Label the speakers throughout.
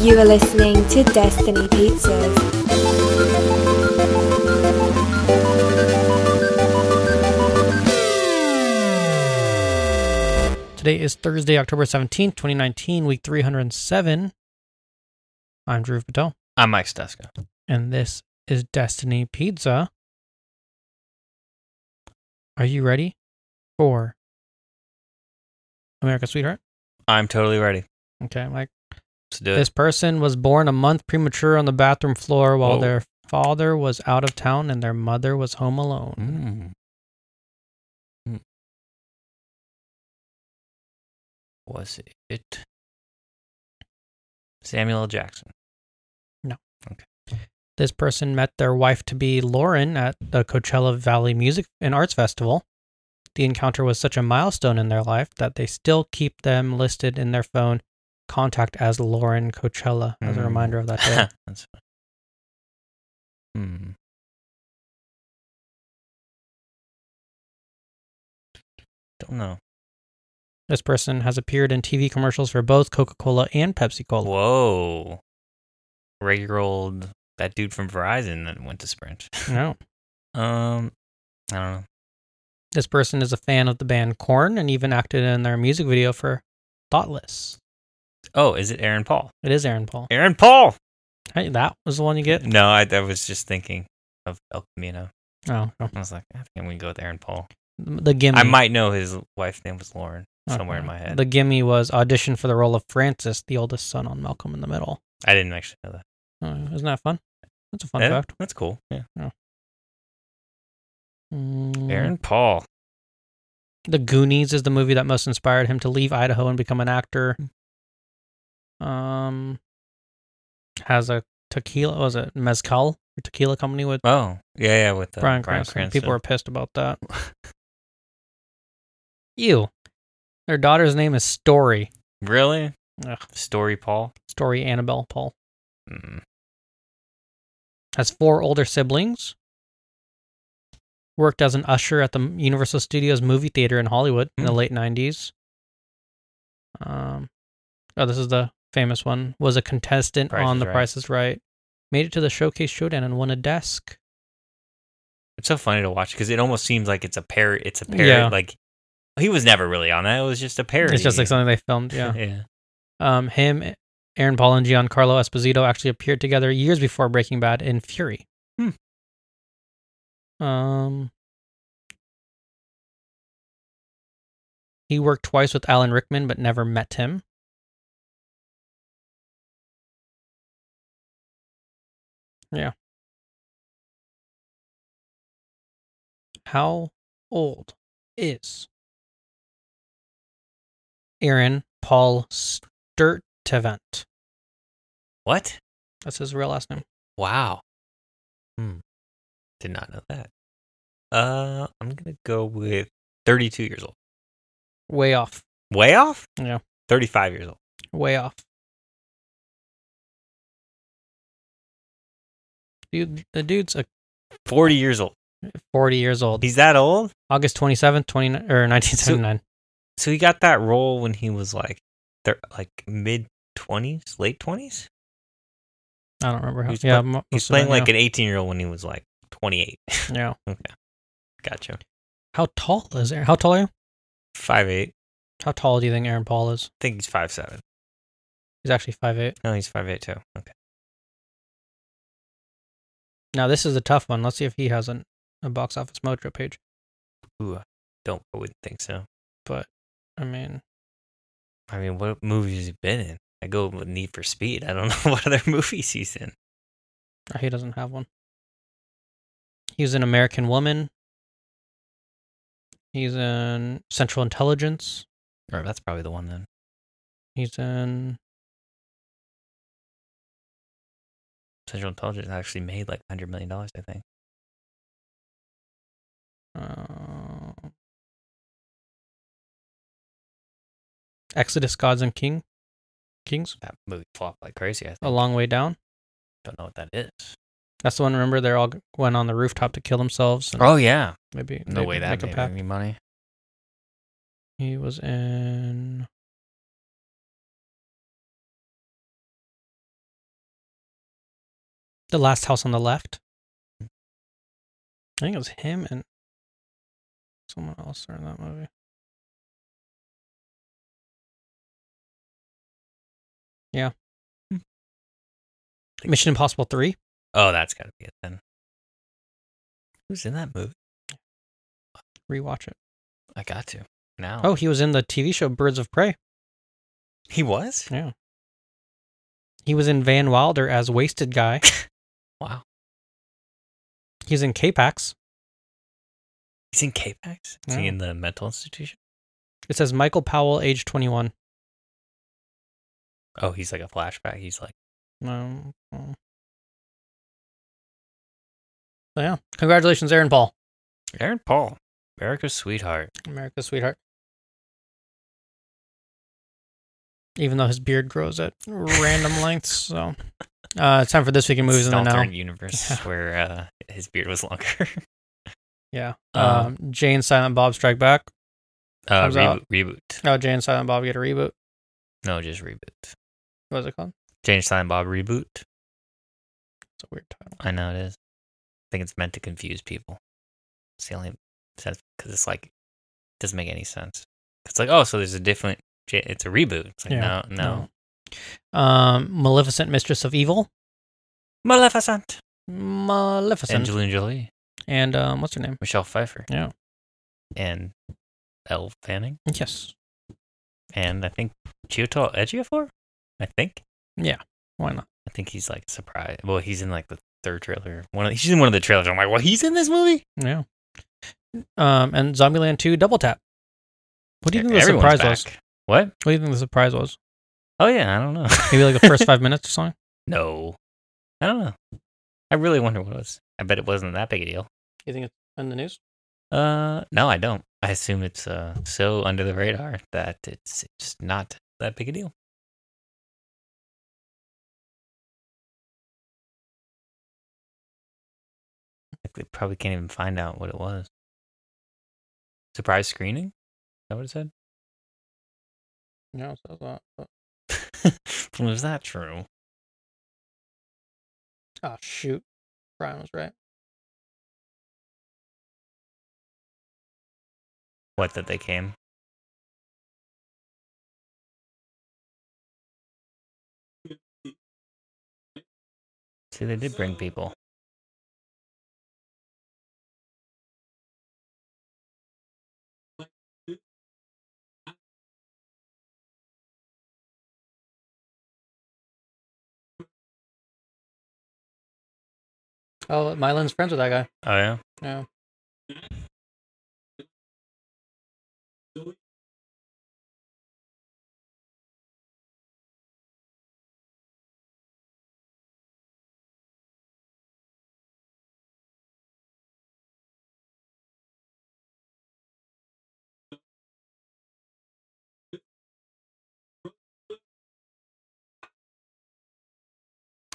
Speaker 1: You are listening to Destiny Pizzas.
Speaker 2: Today is Thursday, October 17th, 2019, week 307. I'm Drew Patel,
Speaker 3: I'm Mike Steska.
Speaker 2: and this is Destiny Pizza. Are you ready for America, Sweetheart?
Speaker 3: I'm totally ready.
Speaker 2: Okay, Mike.
Speaker 3: Let's do
Speaker 2: This
Speaker 3: it.
Speaker 2: person was born a month premature on the bathroom floor while
Speaker 3: Whoa.
Speaker 2: their father was out of town and their mother was home alone.
Speaker 3: Mm. Mm. Was it Samuel L. Jackson?
Speaker 2: This person met their wife to be Lauren at the Coachella Valley Music and Arts Festival. The encounter was such a milestone in their life that they still keep them listed in their phone contact as Lauren Coachella as a
Speaker 3: Mm.
Speaker 2: reminder of that day.
Speaker 3: That's funny. Hmm. Don't know.
Speaker 2: this person has appeared in TV commercials for both Coca Cola and Pepsi Cola.
Speaker 3: Whoa. Regular old that dude from Verizon that went to Sprint.
Speaker 2: No.
Speaker 3: Um, I don't know.
Speaker 2: This person is a fan of the band Korn and even acted in their music video for Thoughtless.
Speaker 3: Oh, is it Aaron Paul?
Speaker 2: It is Aaron Paul.
Speaker 3: Aaron Paul.
Speaker 2: Hey, that was the one you get.
Speaker 3: No, I, I was just thinking of El Camino.
Speaker 2: Oh, oh.
Speaker 3: I was like, I think I'm gonna go with Aaron Paul.
Speaker 2: the gimme.
Speaker 3: I might know his wife's name was Lauren somewhere in
Speaker 2: Okay.
Speaker 3: my head.
Speaker 2: The gimme was audition for the role of Francis, the oldest son on Malcolm in the Middle.
Speaker 3: I didn't actually know that.
Speaker 2: Oh, isn't that fun? That's a fun
Speaker 3: Yeah,
Speaker 2: fact.
Speaker 3: That's cool. Yeah.
Speaker 2: Mm,
Speaker 3: Aaron Paul.
Speaker 2: The Goonies is the movie that most inspired him to leave Idaho and become an actor. Um, has a tequila. Was it mezcal? Or tequila company with
Speaker 3: Oh, yeah, yeah, with uh,
Speaker 2: Brian Cranston. People are pissed about that. Ew. Their daughter's name is Story.
Speaker 3: really
Speaker 2: Ugh.
Speaker 3: story Paul.
Speaker 2: Story Annabelle Paul.
Speaker 3: Mm.
Speaker 2: has four older siblings. Worked as an usher at the Universal Studios movie theater in Hollywood in the
Speaker 3: Hmm.
Speaker 2: late '90s. Um, oh, this is the famous one. Was a contestant
Speaker 3: Price
Speaker 2: on
Speaker 3: is
Speaker 2: The
Speaker 3: Right.
Speaker 2: Price is Right. Made it to the Showcase Showdown and won a desk.
Speaker 3: It's so funny to watch because it almost seems like it's a parody. It's a parody.
Speaker 2: Yeah.
Speaker 3: Like he was never really on that. It was just a parody.
Speaker 2: It's just like something they filmed. Yeah.
Speaker 3: yeah.
Speaker 2: um, him, Aaron Paul, and Giancarlo Esposito actually appeared together years before Breaking Bad in Fury. Um, he worked twice with Alan Rickman, but never met him. Yeah. How old is Aaron Paul Sturtevant?
Speaker 3: What?
Speaker 2: That's his real last name.
Speaker 3: Wow. Hmm. Did not know that. Uh, I'm gonna go with 32 years old.
Speaker 2: Way off.
Speaker 3: Way off?
Speaker 2: Yeah.
Speaker 3: 35 years old.
Speaker 2: Way off. Dude, the dude's a
Speaker 3: 40 years old.
Speaker 2: 40 years old.
Speaker 3: He's that old?
Speaker 2: August 27th, 20, or 1979.
Speaker 3: So he got that role when he was like, thir- like mid 20s, late 20s.
Speaker 2: I don't remember. How,
Speaker 3: he's
Speaker 2: yeah,
Speaker 3: play-
Speaker 2: mo-
Speaker 3: He's
Speaker 2: most of it,
Speaker 3: playing like
Speaker 2: yeah.
Speaker 3: an 18 year old when he was like 28.
Speaker 2: Yeah.
Speaker 3: Gotcha.
Speaker 2: How tall is Aaron? How tall are you?
Speaker 3: Five eight.
Speaker 2: How tall do you think Aaron Paul is?
Speaker 3: I think he's five seven.
Speaker 2: He's actually 5'8.
Speaker 3: No, he's five eight too. Okay.
Speaker 2: Now, this is a tough one. Let's see if he has an, a box office mojo page.
Speaker 3: Ooh, I don't. I wouldn't think so.
Speaker 2: But, I mean,
Speaker 3: I mean, what movies has he been in? I go with Need for Speed. I don't know what other movies he's in.
Speaker 2: he doesn't have one. He's an American woman. He's in Central Intelligence.
Speaker 3: Or that's probably the one then.
Speaker 2: He's in
Speaker 3: Central Intelligence actually made like hundred million dollars, I think.
Speaker 2: uh, Exodus Gods and King Kings.
Speaker 3: That movie flopped like crazy. I think.
Speaker 2: A long way down.
Speaker 3: Don't know what that is.
Speaker 2: That's the one. Remember, they all g- went on the rooftop to kill themselves. And
Speaker 3: Oh yeah,
Speaker 2: maybe
Speaker 3: no
Speaker 2: they
Speaker 3: way
Speaker 2: make
Speaker 3: that
Speaker 2: a
Speaker 3: made
Speaker 2: pact.
Speaker 3: any money.
Speaker 2: He was in. The last house on the left. I think it was him and someone else are in that movie. Yeah.
Speaker 3: Hmm.
Speaker 2: Mission Impossible 3.
Speaker 3: Oh, that's got to be it then. Who's in that movie?
Speaker 2: Rewatch it.
Speaker 3: I got to. Now.
Speaker 2: Oh, he was in the TV show Birds of Prey.
Speaker 3: he was?
Speaker 2: Yeah. He was in Van Wilder as Wasted Guy.
Speaker 3: Wow.
Speaker 2: He was in K-Pax.
Speaker 3: He's in K-Pax? Is he
Speaker 2: Yeah.
Speaker 3: in the mental institution?
Speaker 2: It says Michael Powell, age 21.
Speaker 3: Oh, he's like a flashback. He's like,
Speaker 2: Um, um. So, yeah. Congratulations, Aaron Paul.
Speaker 3: Aaron Paul, America's sweetheart.
Speaker 2: America's sweetheart. Even though his beard grows at random lengths, so uh, it's time for this week in movies in the
Speaker 3: It's an
Speaker 2: now.
Speaker 3: alternate universe
Speaker 2: Yeah.
Speaker 3: where uh, his beard was longer.
Speaker 2: Yeah,
Speaker 3: Uh,
Speaker 2: um, Jay and Silent Bob Strike Back.
Speaker 3: uh,
Speaker 2: Comes out.
Speaker 3: reboot, reboot.
Speaker 2: Oh, Jay and Silent Bob get a reboot.
Speaker 3: No, just reboot.
Speaker 2: What is it called?
Speaker 3: Jane Silent Bob reboot.
Speaker 2: It's a weird title.
Speaker 3: I know it is. I think it's meant to confuse people. It's the only sense because it's like doesn't make any sense. It's like oh, so there's a different. J- It's a reboot. It's like
Speaker 2: Yeah,
Speaker 3: no, no,
Speaker 2: no. Um, Maleficent, Mistress of Evil.
Speaker 3: Maleficent,
Speaker 2: Maleficent.
Speaker 3: Angelina Jolie,
Speaker 2: And um, what's her name?
Speaker 3: Michelle Pfeiffer,
Speaker 2: Yeah.
Speaker 3: and Elle Fanning,
Speaker 2: Yes.
Speaker 3: and I think Chiwetel Ejiofor. I think
Speaker 2: Why not?
Speaker 3: I think he's like surprised. Well, he's in like the third trailer. One of he's in one of the trailers. I'm like, well, he's in this movie.
Speaker 2: Yeah. Um, and Zombieland 2 Double Tap. What do you think the
Speaker 3: Everyone's
Speaker 2: surprise was?
Speaker 3: back. What?
Speaker 2: What do you think the surprise was?
Speaker 3: Oh yeah, I don't know.
Speaker 2: Maybe like the first five minutes or something?
Speaker 3: No. I don't know. I really wonder what it was. I bet it wasn't that big a deal.
Speaker 2: You think it's in the news?
Speaker 3: Uh no, I don't. I assume it's uh so under the radar that it's it's not that big a deal. Like they probably can't even find out what it was. Surprise screening? Is that what it said?
Speaker 2: No, it says that. but-
Speaker 3: was that true?
Speaker 2: Oh, shoot. Brian was right.
Speaker 3: What that they came? See, they did bring people.
Speaker 2: Oh, Mylan's friends with that guy.
Speaker 3: Oh yeah.
Speaker 2: No.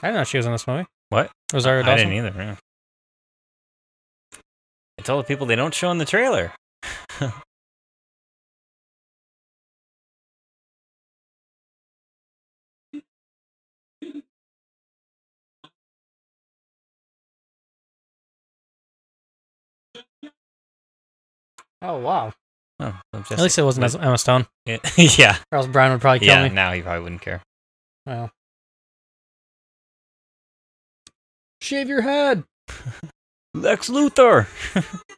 Speaker 2: I didn't know she was in this movie.
Speaker 3: What?
Speaker 2: Rosario
Speaker 3: I
Speaker 2: Dawson.
Speaker 3: didn't either. Yeah. It's all the people they don't show in the trailer.
Speaker 2: Oh wow!
Speaker 3: Oh, I'm just-
Speaker 2: At least it wasn't as Emma Stone,
Speaker 3: yeah.
Speaker 2: or else Brian would probably kill
Speaker 3: Yeah.
Speaker 2: me.
Speaker 3: Now he probably wouldn't care.
Speaker 2: Well. Shave your head.
Speaker 3: Lex Luthor.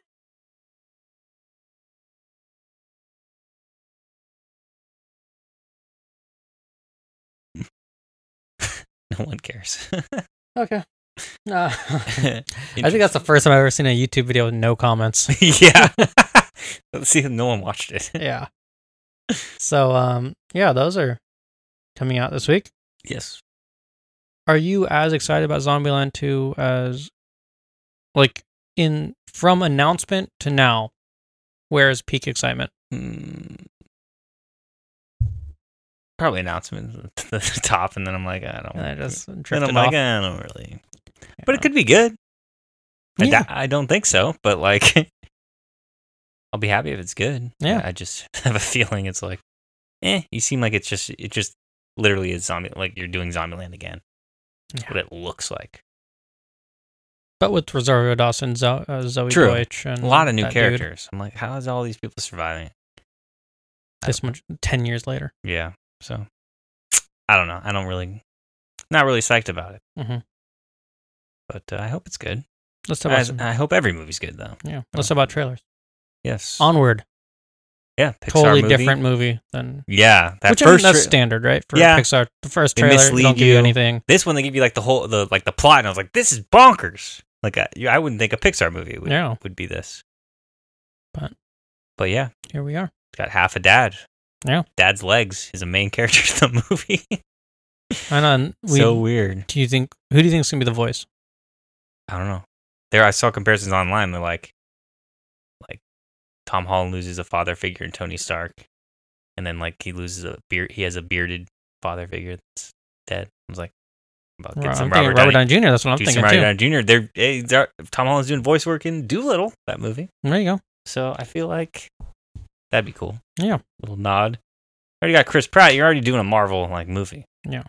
Speaker 3: no one cares.
Speaker 2: Okay. Uh, Nah. I
Speaker 3: I
Speaker 2: think that's the first time I've ever seen a YouTube video with no comments.
Speaker 3: yeah. Let's see if no one watched it.
Speaker 2: yeah. So um yeah, those are coming out this week.
Speaker 3: Yes.
Speaker 2: Are you as excited about Zombieland 2 as like in from announcement to now? Where is peak excitement?
Speaker 3: Mm. Probably announcement at the top, and then I'm like, I don't.
Speaker 2: And I just
Speaker 3: Then
Speaker 2: drifted
Speaker 3: I'm Oh, like, "Eh,
Speaker 2: off.
Speaker 3: I don't really. But it could be good. I,
Speaker 2: Yeah.
Speaker 3: d- I don't think so, but like, I'll be happy if it's good.
Speaker 2: Yeah.
Speaker 3: I just have a feeling it's like, eh. You seem like it's just it just literally is zombie like you're doing Zombieland again. That's
Speaker 2: Yeah.
Speaker 3: what it looks like.
Speaker 2: But with Rosario Dawson, Zo- uh, Zoe
Speaker 3: True.
Speaker 2: Deutsch, and
Speaker 3: A lot of new
Speaker 2: Mm-hmm. that dude,
Speaker 3: characters. I'm like, how is all these people surviving?
Speaker 2: this much, ten years later.
Speaker 3: Yeah. So I don't know. I don't really, not really psyched about it.
Speaker 2: Mhm.
Speaker 3: But uh, I hope it's good.
Speaker 2: Let's talk
Speaker 3: I,
Speaker 2: about some,
Speaker 3: I hope every movie's good though.
Speaker 2: yeah. Let's talk about trailers.
Speaker 3: Yes.
Speaker 2: Onward,
Speaker 3: yeah. Pixar
Speaker 2: totally
Speaker 3: movie.
Speaker 2: different movie than
Speaker 3: Yeah. That
Speaker 2: which I mean,
Speaker 3: first.
Speaker 2: that's
Speaker 3: tra-
Speaker 2: standard, right? For
Speaker 3: Yeah.
Speaker 2: Pixar, the first
Speaker 3: They
Speaker 2: trailer they
Speaker 3: mislead
Speaker 2: don't give you
Speaker 3: you.
Speaker 2: anything.
Speaker 3: this one they give you like the whole the like the plot, and I was like, this is bonkers. Like I, you- I wouldn't think a Pixar movie would
Speaker 2: No.
Speaker 3: would be this.
Speaker 2: But-
Speaker 3: but yeah,
Speaker 2: Here we are.
Speaker 3: it's got half a dad.
Speaker 2: Yeah.
Speaker 3: Dad's legs is a main character in the movie.
Speaker 2: And on we,
Speaker 3: so weird.
Speaker 2: do you think who do you think is gonna be the voice?
Speaker 3: I don't know. There, I saw comparisons online. They're like, like Tom Holland loses a father figure in Tony Stark, and then like he loses a beard. He has a bearded father figure that's dead. I was like, about
Speaker 2: Ro-
Speaker 3: get
Speaker 2: I'm
Speaker 3: some
Speaker 2: thinking
Speaker 3: Robert,
Speaker 2: Robert
Speaker 3: Downey,
Speaker 2: Downey Jr. That's what I'm
Speaker 3: do
Speaker 2: thinking
Speaker 3: some
Speaker 2: too.
Speaker 3: Robert Downey Jr. They're, eh, they're- Tom Holland's doing voice work in Doolittle that movie,
Speaker 2: There you go.
Speaker 3: so I feel like that'd be cool.
Speaker 2: Yeah.
Speaker 3: little nod. Already got Chris Pratt. You're already doing a Marvel like movie.
Speaker 2: Yeah.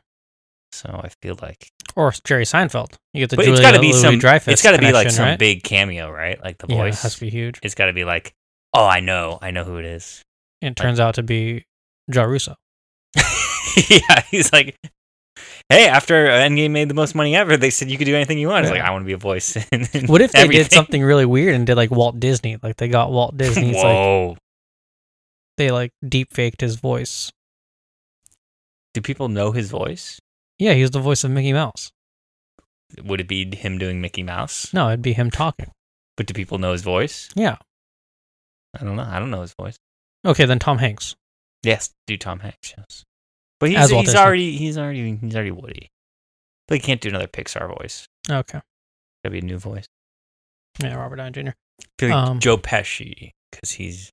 Speaker 3: So I feel like
Speaker 2: Or Jerry Seinfeld. You get the
Speaker 3: But
Speaker 2: Julia
Speaker 3: it's got to be
Speaker 2: Louis
Speaker 3: some.
Speaker 2: Dreyfus.
Speaker 3: it's got to be like some
Speaker 2: right?
Speaker 3: big cameo, right? Like the
Speaker 2: yeah, it
Speaker 3: voice.
Speaker 2: has to be huge.
Speaker 3: it's got to be like, oh, I know, I know who it is.
Speaker 2: It turns out to be Ja Russo.
Speaker 3: yeah, he's like, hey, after Endgame made the most money ever, they said you could do anything you want. It's like
Speaker 2: Yeah.
Speaker 3: I want to be a voice. in
Speaker 2: What if they did
Speaker 3: everything.
Speaker 2: something really weird and did like Walt Disney? Like they got Walt Disney's like
Speaker 3: Whoa!
Speaker 2: they like deep faked his voice.
Speaker 3: do people know his voice?
Speaker 2: Yeah, he was the voice of Mickey Mouse.
Speaker 3: Would it be him doing Mickey Mouse?
Speaker 2: No, it'd be him talking.
Speaker 3: But do people know his voice?
Speaker 2: Yeah.
Speaker 3: I don't know. I don't know his voice.
Speaker 2: Okay, then Tom Hanks.
Speaker 3: Yes, do Tom Hanks. Yes. But
Speaker 2: As
Speaker 3: he's,
Speaker 2: Walt
Speaker 3: he's
Speaker 2: Disney.
Speaker 3: already he's already he's already Woody. But he can't do another Pixar voice.
Speaker 2: Okay.
Speaker 3: Gotta be a new voice.
Speaker 2: Yeah, Robert Downey Jr.
Speaker 3: feel like
Speaker 2: Um,
Speaker 3: Joe Pesci because he's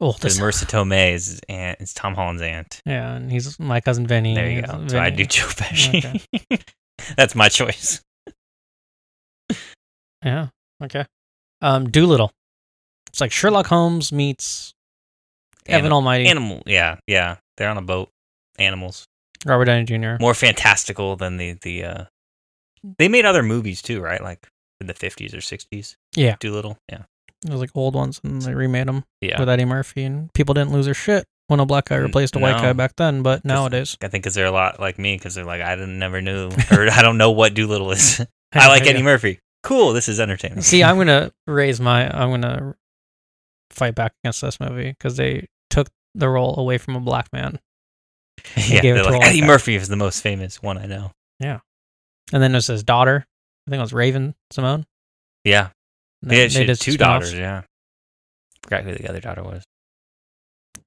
Speaker 2: Oh,
Speaker 3: because
Speaker 2: this
Speaker 3: Marissa Tomei is his aunt. It's Tom Holland's aunt.
Speaker 2: Yeah, and he's my cousin Vinny.
Speaker 3: There you
Speaker 2: He's
Speaker 3: go. So I
Speaker 2: Vinny.
Speaker 3: do Joe Pesci. That's my choice.
Speaker 2: Yeah. Okay. Um, Doolittle. It's like Sherlock Holmes meets Evan
Speaker 3: Animal,
Speaker 2: Almighty,
Speaker 3: animal. Yeah, yeah. They're on a boat. Animals.
Speaker 2: Robert Downey Jr.
Speaker 3: More fantastical than the the. uh They made other movies too, right? Like in the fifties or sixties.
Speaker 2: Yeah.
Speaker 3: Doolittle. Yeah.
Speaker 2: Those like old ones, and they remade them
Speaker 3: Yeah.
Speaker 2: with Eddie Murphy, and people didn't lose their shit when a black guy
Speaker 3: N-
Speaker 2: replaced a white
Speaker 3: no.
Speaker 2: guy back then. But nowadays,
Speaker 3: I think because they're a lot like me because they're like I didn't never knew or I don't know what Doolittle is. I like Eddie Murphy. Cool. This is entertaining.
Speaker 2: See, I'm gonna raise my. I'm gonna fight back against this movie because they took the role away from a black man,
Speaker 3: yeah,
Speaker 2: gave it
Speaker 3: they're
Speaker 2: to a
Speaker 3: like
Speaker 2: white
Speaker 3: Eddie
Speaker 2: guy.
Speaker 3: Murphy is the most famous one I know.
Speaker 2: and then there's his daughter. I think it was Raven Simone.
Speaker 3: Yeah.
Speaker 2: And
Speaker 3: Yeah,
Speaker 2: then
Speaker 3: she had
Speaker 2: did
Speaker 3: two
Speaker 2: spin-offs.
Speaker 3: daughters. Yeah, forgot who the other daughter was,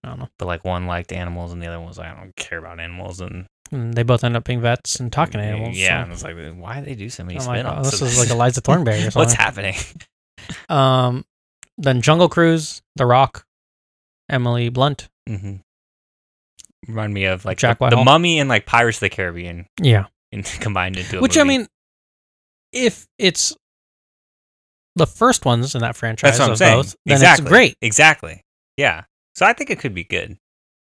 Speaker 2: I don't know.
Speaker 3: but like one liked animals and the other one was like, I don't care about animals and
Speaker 2: And Hmm, they both end up being vets and talking animals. so-
Speaker 3: Yeah, and it's like, why do they do so many
Speaker 2: I'm like,
Speaker 3: spin-offs?
Speaker 2: oh,
Speaker 3: of
Speaker 2: this is like Eliza Thornberry or
Speaker 3: What's
Speaker 2: something.
Speaker 3: happening?
Speaker 2: Um, then Jungle Cruise, The Rock, Emily Blunt.
Speaker 3: hmm Mm-hmm. Remind me of like
Speaker 2: Jack
Speaker 3: the, the
Speaker 2: Whitehall.
Speaker 3: Mummy and like Pirates of the Caribbean
Speaker 2: Yeah.
Speaker 3: in, combined into a
Speaker 2: Which, I
Speaker 3: movie.
Speaker 2: mean, if it's the first ones in that franchise
Speaker 3: that's what I'm
Speaker 2: of
Speaker 3: saying.
Speaker 2: both, then
Speaker 3: exactly.
Speaker 2: it's great.
Speaker 3: Exactly. Yeah. So I think it could be good.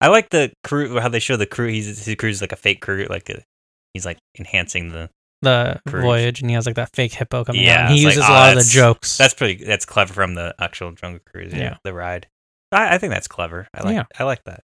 Speaker 3: I like the crew how they show the crew. He's his crew's like a fake crew. Like a, he's like enhancing the
Speaker 2: The
Speaker 3: Cruise.
Speaker 2: voyage, and he has like that fake hippo coming
Speaker 3: Yeah,
Speaker 2: out. And he
Speaker 3: it's
Speaker 2: uses
Speaker 3: like,
Speaker 2: a
Speaker 3: "Ah,
Speaker 2: lot of the
Speaker 3: that's-
Speaker 2: jokes.
Speaker 3: That's pretty. That's clever from the actual Jungle Cruise. Yeah,
Speaker 2: Yeah.
Speaker 3: the ride. I, I think that's clever. I like.
Speaker 2: Yeah.
Speaker 3: I like that.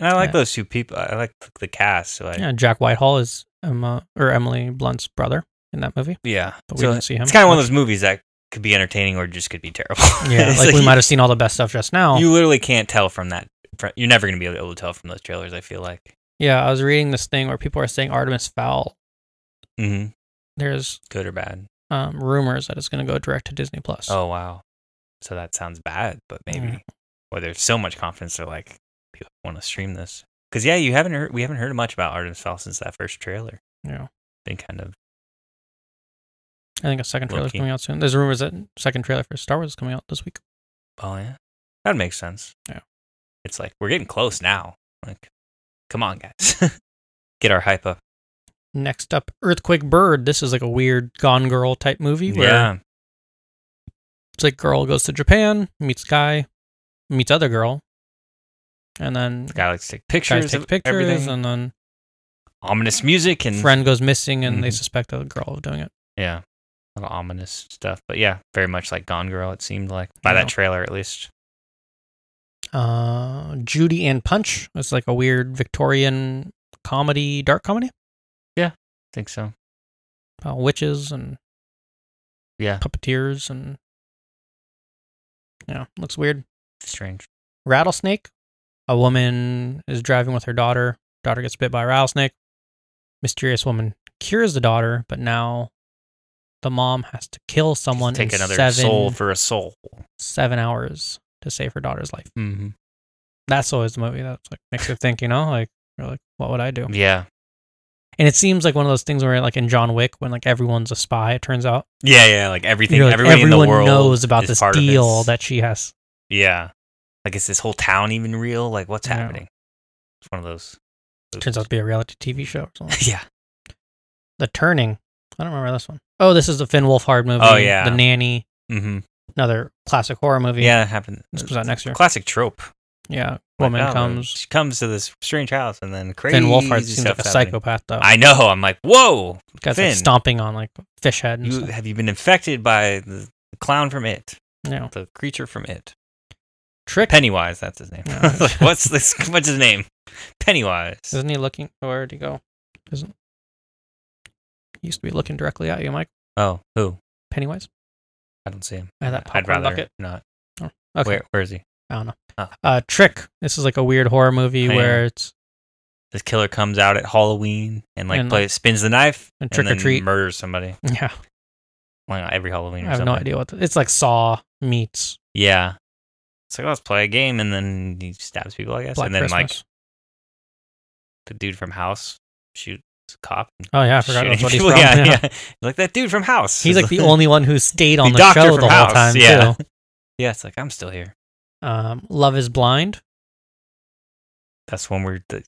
Speaker 3: And I like
Speaker 2: Yeah.
Speaker 3: those two people. I like th- the cast. So I, yeah.
Speaker 2: yeah, Jack Whitehall is Emma or Emily Blunt's brother in that movie, but we
Speaker 3: So
Speaker 2: didn't see him.
Speaker 3: it's kind of one of those movies that could be entertaining or just could be terrible.
Speaker 2: Yeah,
Speaker 3: It's
Speaker 2: like, we might have seen all the best stuff just now.
Speaker 3: You literally can't tell from that. fr- You're never going to be able to tell from those trailers. I feel like.
Speaker 2: yeah, I was reading this thing where people are saying Artemis Fowl.
Speaker 3: Mm-hmm.
Speaker 2: There's
Speaker 3: Good or bad.
Speaker 2: um, rumors that it's going to go direct to Disney Plus.
Speaker 3: Oh wow. So that sounds bad, but maybe.
Speaker 2: Yeah.
Speaker 3: Or there's so much confidence they're like people want to stream this. Because yeah, you haven't heard. We haven't heard much about Artemis Fowl since that first trailer.
Speaker 2: Yeah.
Speaker 3: Been kind of
Speaker 2: I think a second trailer's
Speaker 3: Low-key.
Speaker 2: coming out soon. There's rumors that second trailer for Star Wars is coming out this week.
Speaker 3: Oh yeah, that makes sense.
Speaker 2: Yeah.
Speaker 3: it's like we're getting close now. Like, come on, guys, get our hype up.
Speaker 2: Next up, Earthquake Bird. This is like a weird Gone Girl type movie where
Speaker 3: Yeah,
Speaker 2: it's like girl goes to Japan, meets guy, meets other girl, and then
Speaker 3: guy likes to take
Speaker 2: guys
Speaker 3: pictures,
Speaker 2: take
Speaker 3: of
Speaker 2: pictures,
Speaker 3: everything.
Speaker 2: and then
Speaker 3: ominous music, and
Speaker 2: friend goes missing, and they
Speaker 3: Mhm.
Speaker 2: suspect the girl of doing it.
Speaker 3: yeah, little ominous stuff. But yeah, very much like Gone Girl. It seemed like by
Speaker 2: Yeah.
Speaker 3: that trailer, at least.
Speaker 2: Uh, Judy and Punch. It's like a weird Victorian comedy, dark comedy
Speaker 3: I think so.
Speaker 2: about uh, witches and
Speaker 3: Yeah,
Speaker 2: puppeteers and yeah, looks weird.
Speaker 3: strange.
Speaker 2: Rattlesnake. A woman is driving with her daughter. Daughter gets bit by a rattlesnake. Mysterious woman cures the daughter, but now the mom has to kill someone
Speaker 3: Take
Speaker 2: in
Speaker 3: another
Speaker 2: seven,
Speaker 3: soul for a soul.
Speaker 2: seven hours to save her daughter's life.
Speaker 3: Mm-hmm.
Speaker 2: That's always the movie that's like makes you think, you know, like you're like, what would I do?
Speaker 3: Yeah,
Speaker 2: And it seems like one of those things where, like in John Wick, when like everyone's a spy, it turns out
Speaker 3: yeah, yeah. Like everything,
Speaker 2: You're like,
Speaker 3: everybody
Speaker 2: everyone
Speaker 3: in the world
Speaker 2: knows about
Speaker 3: is
Speaker 2: this
Speaker 3: part of
Speaker 2: deal
Speaker 3: this.
Speaker 2: that she has.
Speaker 3: Yeah, like is this whole town even real? Like what's
Speaker 2: Yeah.
Speaker 3: happening? It's one of those.
Speaker 2: Turns out to be a reality TV show or something.
Speaker 3: yeah,
Speaker 2: the Turning. I don't remember this one. Oh, this is the Finn Wolfhard movie.
Speaker 3: Oh, yeah.
Speaker 2: The Nanny,
Speaker 3: mm-hmm.
Speaker 2: another classic horror movie.
Speaker 3: yeah, it happened.
Speaker 2: This comes out next year.
Speaker 3: Classic trope.
Speaker 2: Yeah,
Speaker 3: Like,
Speaker 2: woman
Speaker 3: oh,
Speaker 2: comes.
Speaker 3: She comes to this strange house, and then crazy.
Speaker 2: Finn Wolfhard seems like
Speaker 3: stuff's
Speaker 2: a
Speaker 3: happening.
Speaker 2: psychopath though.
Speaker 3: I know. I'm like, whoa.
Speaker 2: Guy's
Speaker 3: Finn.
Speaker 2: like stomping on like fish head. And
Speaker 3: You
Speaker 2: stuff.
Speaker 3: have you been infected by the clown from It,
Speaker 2: Yeah.
Speaker 3: the creature from It,
Speaker 2: Trick.
Speaker 3: Pennywise? That's his name.
Speaker 2: Yeah.
Speaker 3: Like, what's this? What's his name? Pennywise.
Speaker 2: Isn't he looking? Where did he go? Isn't he used to be looking directly at you, Mike
Speaker 3: Oh, who?
Speaker 2: Pennywise?
Speaker 3: I don't see him.
Speaker 2: I had that
Speaker 3: I'd
Speaker 2: popcorn
Speaker 3: rather
Speaker 2: bucket. Oh,
Speaker 3: not.
Speaker 2: Okay.
Speaker 3: Where? Where is he?
Speaker 2: I don't know.
Speaker 3: Oh.
Speaker 2: Uh, Trick. This is like a weird horror movie
Speaker 3: Oh, yeah.
Speaker 2: where it's
Speaker 3: This killer comes out at Halloween and like
Speaker 2: And,
Speaker 3: play,
Speaker 2: like,
Speaker 3: spins the knife
Speaker 2: and trick or
Speaker 3: then
Speaker 2: treat.
Speaker 3: murders somebody.
Speaker 2: yeah.
Speaker 3: Why not every Halloween? Or
Speaker 2: I have no
Speaker 3: something.
Speaker 2: idea what the, it's like. Saw meets
Speaker 3: Yeah. It's like let's play a game, and then he stabs people, I guess,
Speaker 2: Black
Speaker 3: and then like
Speaker 2: Christmas.
Speaker 3: the dude from House shoots a cop. and
Speaker 2: oh yeah, I forgot that's
Speaker 3: shooting
Speaker 2: what he's
Speaker 3: people.
Speaker 2: from.
Speaker 3: Yeah,
Speaker 2: Yeah.
Speaker 3: yeah. Like that dude from House.
Speaker 2: He's like the only one who stayed on
Speaker 3: The
Speaker 2: the,
Speaker 3: doctor
Speaker 2: show
Speaker 3: from
Speaker 2: the whole
Speaker 3: House,
Speaker 2: time
Speaker 3: yeah.
Speaker 2: too.
Speaker 3: Yeah, it's like I'm still here.
Speaker 2: Um, Love is Blind.
Speaker 3: That's when we're the,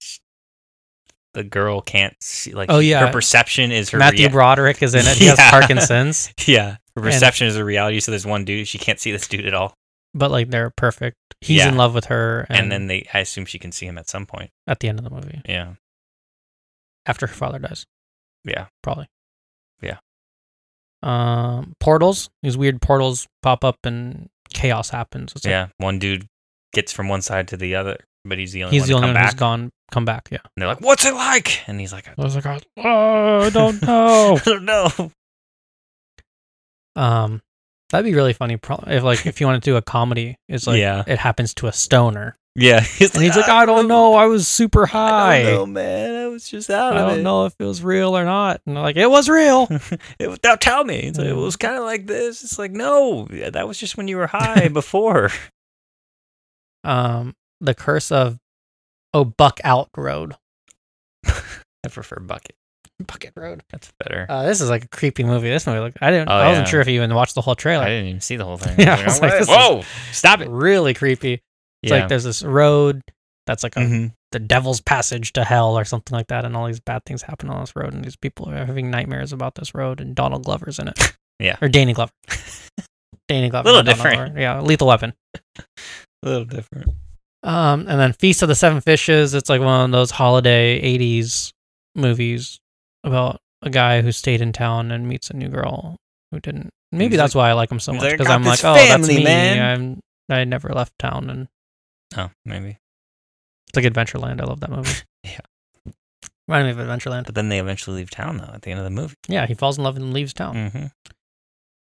Speaker 3: the girl can't see like
Speaker 2: Oh,
Speaker 3: she-
Speaker 2: yeah.
Speaker 3: her perception is her
Speaker 2: Matthew
Speaker 3: rea-
Speaker 2: Broderick is in it. He
Speaker 3: Yeah.
Speaker 2: has Parkinson's,
Speaker 3: yeah her
Speaker 2: And-
Speaker 3: perception is her reality. So there's one dude she can't see this dude at all,
Speaker 2: but like they're perfect. He's
Speaker 3: Yeah.
Speaker 2: in love with her,
Speaker 3: and,
Speaker 2: and,
Speaker 3: then they I assume she can see him at some point.
Speaker 2: at the end of the movie,
Speaker 3: Yeah,
Speaker 2: after her father dies,
Speaker 3: yeah,
Speaker 2: probably.
Speaker 3: Yeah.
Speaker 2: Um, portals. These weird portals pop up, and chaos happens. It's like,
Speaker 3: yeah. One dude gets from one side to the other, but he's the only
Speaker 2: He's
Speaker 3: one
Speaker 2: the
Speaker 3: to
Speaker 2: only
Speaker 3: come
Speaker 2: one
Speaker 3: back.
Speaker 2: who's gone. Come back, yeah.
Speaker 3: And they're like, "What's it like?" And he's like,
Speaker 2: I was like, oh, I don't know.
Speaker 3: "I don't know."
Speaker 2: um, that'd be really funny pro- if like if you want to do a comedy. It's like
Speaker 3: Yeah.
Speaker 2: it happens to a stoner,
Speaker 3: Yeah,
Speaker 2: and he's like, I don't know. I was super high.
Speaker 3: I don't know, man. I was just out
Speaker 2: I
Speaker 3: of
Speaker 2: don't
Speaker 3: it.
Speaker 2: know if it was real or not. And they're like, it was real.
Speaker 3: it, was- now tell me. It's like,
Speaker 2: Yeah.
Speaker 3: It was kind of like this. It's like, no, yeah, that was just when you were high before.
Speaker 2: um, the curse of oh Buck Out Road,
Speaker 3: I prefer bucket.
Speaker 2: Bucket Road.
Speaker 3: That's better.
Speaker 2: Uh, this is like a creepy movie. This movie, like I didn't,
Speaker 3: Oh,
Speaker 2: I wasn't
Speaker 3: yeah.
Speaker 2: sure if you even watched the whole
Speaker 3: I
Speaker 2: trailer.
Speaker 3: didn't even see the whole thing.
Speaker 2: Yeah,
Speaker 3: I
Speaker 2: I was
Speaker 3: "What?
Speaker 2: like, this is-
Speaker 3: whoa, stop it.
Speaker 2: Really creepy. It's
Speaker 3: yeah.
Speaker 2: like Mm-hmm. there's this road that's like a
Speaker 3: Mhm.
Speaker 2: the devil's passage to hell or something like that, and all these bad things happen on this road, and these people are having nightmares about this road, and Donald Glover's in it.
Speaker 3: Yeah.
Speaker 2: or Danny Glover. Danny Glover.
Speaker 3: Little
Speaker 2: not Donald
Speaker 3: different.
Speaker 2: Glover. Yeah, Lethal Weapon.
Speaker 3: a little different.
Speaker 2: Um, and then Feast of the Seven Fishes. It's like one of those holiday '80s movies about a guy who stayed in town and meets a new girl who didn't. Maybe
Speaker 3: He's
Speaker 2: that's why I like him so
Speaker 3: he's
Speaker 2: much
Speaker 3: like, "I
Speaker 2: because
Speaker 3: got
Speaker 2: I'm like,
Speaker 3: this
Speaker 2: oh, that's
Speaker 3: family,
Speaker 2: me.
Speaker 3: man."
Speaker 2: I'm I never left town, and
Speaker 3: Oh, maybe.
Speaker 2: it's like Adventureland. I love that movie.
Speaker 3: Yeah.
Speaker 2: reminded me of Adventureland.
Speaker 3: But then they eventually leave town though at the end of the movie.
Speaker 2: Yeah, he falls in love and leaves town.
Speaker 3: Mm-hmm.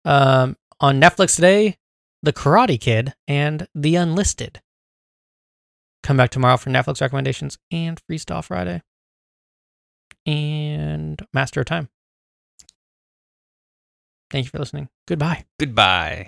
Speaker 2: Um, on Netflix today, The Karate Kid and The Unlisted. Come back tomorrow for Netflix recommendations and Freestyle Friday and Master of Time. Thank you for listening. Goodbye.
Speaker 3: Goodbye.